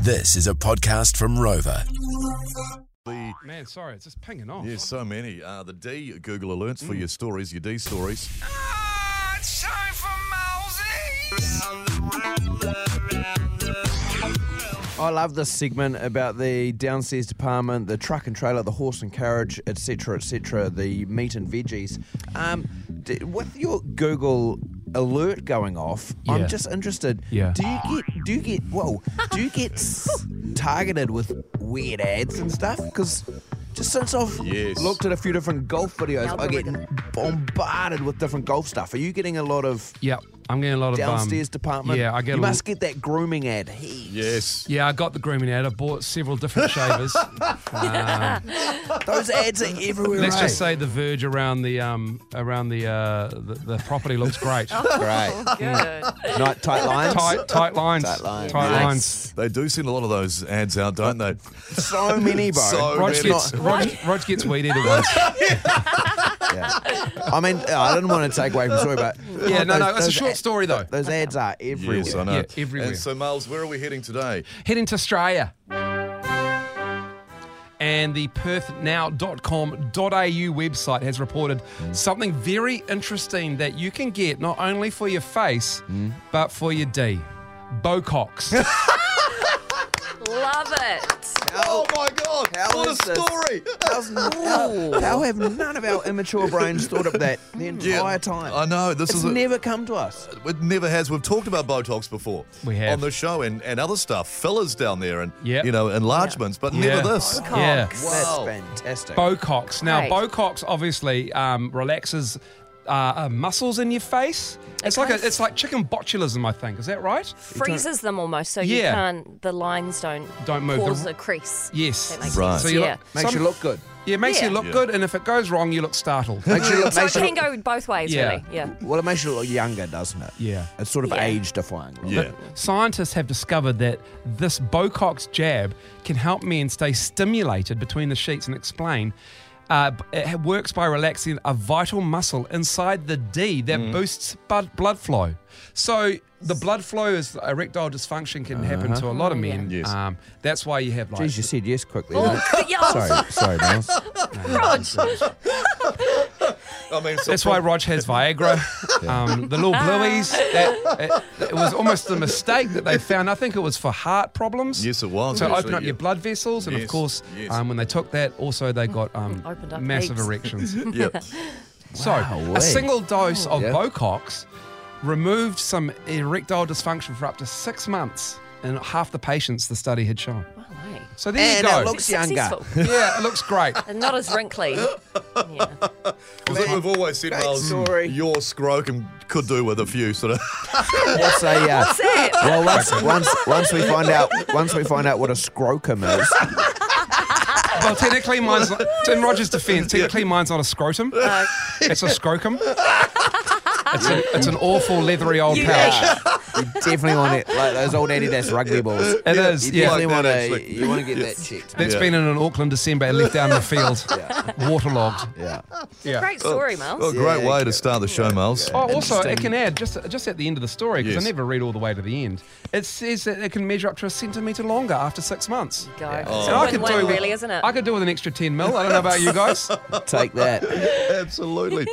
This is a podcast from Rover. The, Man, sorry, it's just pinging off. there's so many. Uh, the D Google alerts for your stories, your D stories. it's time for I love this segment about the downstairs department, the truck and trailer, the horse and carriage, etc., etc., the meat and veggies. Um, d- with your Google alert going off, Yeah. I'm just interested. Yeah. Do you get? Do you get? Whoa! Do you get s- targeted with weird ads and stuff? Because just since I've Yes. looked at a few different golf videos, I get Algorithm. bombarded with different golf stuff. Are you getting a lot of? Yeah, I'm getting a lot of um, Downstairs department. Yeah, I get. You a must l- get that grooming ad. Heaps. Yes. yeah, I got the grooming ad. I bought several different shavers. Um, Those ads are everywhere. let's just eh? say the verge around the um around the uh the, the property looks great. Oh, great. Good. Night tight lines. tight tight lines. Tight lines. Nice. lines. They do send a lot of those ads out, don't they? So many, bro. So Rog It's gets, not- Rog, Rog gets weed eater once. I mean, I didn't want to take away from the story, but Yeah, no, no, it's a those short ad- story though. Those ads are everywhere. Yes, I know. Yeah, everywhere. And so, Miles, where are we heading today? Heading to Australia. And the perthnow.com.au website has reported something very interesting that you can get not only for your face, but for your D. Bocox. Love it. Oh, my God! How what is a this? story! How's- How, how have none of our immature brains thought of that the entire time? I know. This It's is a- never come to us. It never has. We've talked about Botox before. We have. on the show and, and other stuff, fillers down there and Yep. you know enlargements, but Yeah. never this. Botox. Yeah. Wow. That's fantastic. Bocox. Now, Great. Bocox obviously um, relaxes uh, uh, muscles in your face. It's like Okay. a, it's like chicken botulism, I think. Is that right? Freezes them almost, so you Yeah. can't. The lines don't Don't move. Cause The- a crease. Yes. That makes Right. sense. So you yeah. look- Makes Some- you look good. Yeah, it makes you Yeah. look Yeah. good, and if it goes wrong, you look startled. Makes you look. So it Makes you can look go both ways, Yeah. really. Yeah. well, it makes you look younger, doesn't it? Yeah. It's sort of Yeah. age defying. Right? Yeah. Scientists have discovered that this Bocox jab can help men stay stimulated between the sheets and explain. Uh, b- it works by relaxing a vital muscle inside the D that Mm. boosts bud- blood flow. So the blood flow is erectile dysfunction can happen to a lot of men. Yes. Um, that's why you have like Jeez, you said yes quickly. Oh, didn't yeah. you? Sorry, sorry, Miles. I mean, so That's why Rog has Viagra. Um, the little blueies. That, it, it was almost a mistake that they found. I think it was for heart problems. Yes, it was, To open actually, up yeah. your blood vessels, and of Yes, course, yes. um, when they took that, also they got um, Mm. Opened up massive leaks. erections. yeah. so Wowee. a single dose of eh. Yeah. Bocox removed some erectile dysfunction for up to six months in half the patients the study had shown. Well, hey. So there And you go. it looks younger. Successful. yeah, it looks great. And not as wrinkly. Yeah. Well, look, we've always said, Great well, story. your scrotum could do with a few sort of. What's a uh, it? well? Once, once once we find out once we find out what a scrotum is, Well, technically, mine's not, in Roger's defence. Technically, mine's not a scrotum. Uh, It's a scrotum. It's, a, it's an awful leathery old You- pouch. you definitely want it like those old Adidas rugby balls. It is, You yeah. definitely Like that, want to actually. you want to get that checked. That's Yeah. been in an Auckland December and left down in the field, waterlogged. Yeah. Yeah. Great story, Miles. Oh, great Yeah, way to start the show, Miles. Oh, also, it can add just just at the end of the story because Yes. I never read all the way to the end. It says that it can measure up to a centimetre longer after six months. Go. And It's Oh, I a could win-win, do with- really, isn't it? I could do with an extra ten mil. I don't know about you guys. Take that. Absolutely.